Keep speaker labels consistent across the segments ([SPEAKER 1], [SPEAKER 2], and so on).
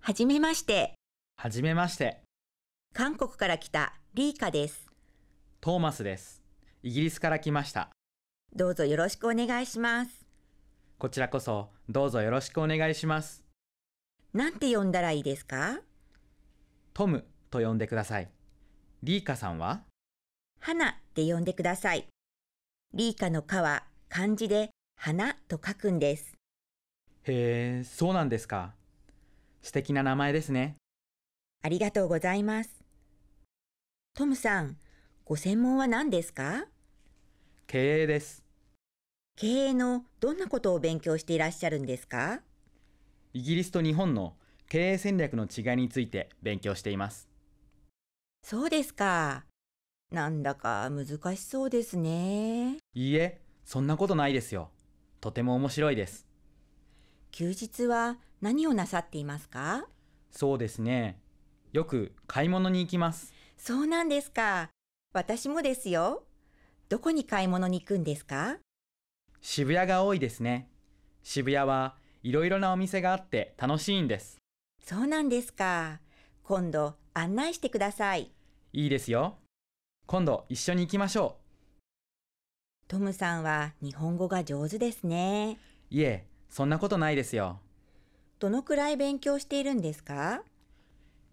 [SPEAKER 1] はじめまして、
[SPEAKER 2] はじめまして、
[SPEAKER 1] 韓国から来たリーカです。
[SPEAKER 2] トーマスです。イギリスから来ました。
[SPEAKER 1] どうぞよろしくお願いします。
[SPEAKER 2] こちらこそ、どうぞよろしくお願いします。
[SPEAKER 1] なんて呼んだらいいですか
[SPEAKER 2] トムと呼んでください。リーカさんは
[SPEAKER 1] 花って呼んでください。リーカの花は漢字で花と書くんです。
[SPEAKER 2] へえ、そうなんですか。素敵な名前ですね。
[SPEAKER 1] ありがとうございます。トムさん、ご専門は何ですか
[SPEAKER 2] 経営です。
[SPEAKER 1] 経営のどんなことを勉強していらっしゃるんですか
[SPEAKER 2] イギリスと日本の経営戦略の違いについて勉強しています。
[SPEAKER 1] そうですか。なんだか難しそうですね。
[SPEAKER 2] いいえ、そんなことないですよ。とても面白いです。
[SPEAKER 1] 休日は何をなさっていますか
[SPEAKER 2] そうですね。よく買い物に行きます。
[SPEAKER 1] そうなんですか。私もですよ。どこに買い物に行くんですか
[SPEAKER 2] 渋谷が多いですね。渋谷はいろいろなお店があって楽しいんです。
[SPEAKER 1] そうなんですか。今度案内してください。
[SPEAKER 2] いいですよ。今度一緒に行きましょ
[SPEAKER 1] トムさんは日本語が上手ですね。
[SPEAKER 2] う。いえ、そんなことないですよ。
[SPEAKER 1] どのくらい勉強しているんですか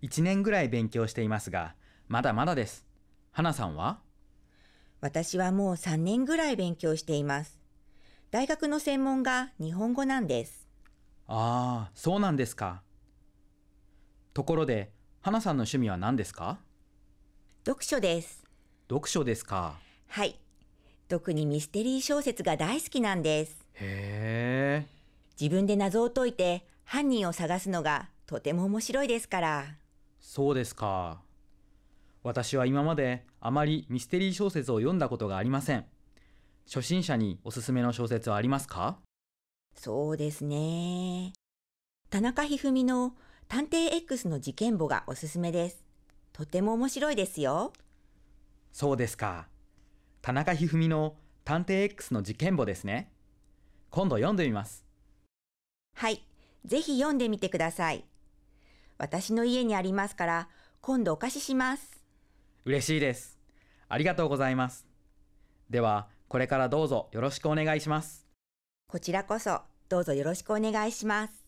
[SPEAKER 2] 1年ぐらい勉強していますが、まだまだです。花さんは
[SPEAKER 1] 私はもう3年ぐらい勉強しています。大学の専門が日本語なんです。
[SPEAKER 2] ああ、そうなんですか。ところで、花さんの趣味は何ですか
[SPEAKER 1] 読書です。
[SPEAKER 2] 読書ですか。
[SPEAKER 1] はい。特にミステリー小説が大好きなんです。
[SPEAKER 2] へえ。
[SPEAKER 1] 自分で謎を解いて犯人を探すのがとても面白いですから。
[SPEAKER 2] そうですか。私は今まであまりミステリー小説を読んだことがありません。初心者におすすめの小説はありますか
[SPEAKER 1] そうですね。田中一二三の探偵 X の事件簿がおすすめです。とても面白いですよ。
[SPEAKER 2] そうですか。田中一二三の探偵 X の事件簿ですね。今度読んでみます。
[SPEAKER 1] はい。ぜひ読んでみてください。私の家にありますから、今度お貸しします。
[SPEAKER 2] 嬉しいです。ありがとうございます。では、これからどうぞよろしくお願いします。
[SPEAKER 1] こちらこそ、どうぞよろしくお願いします。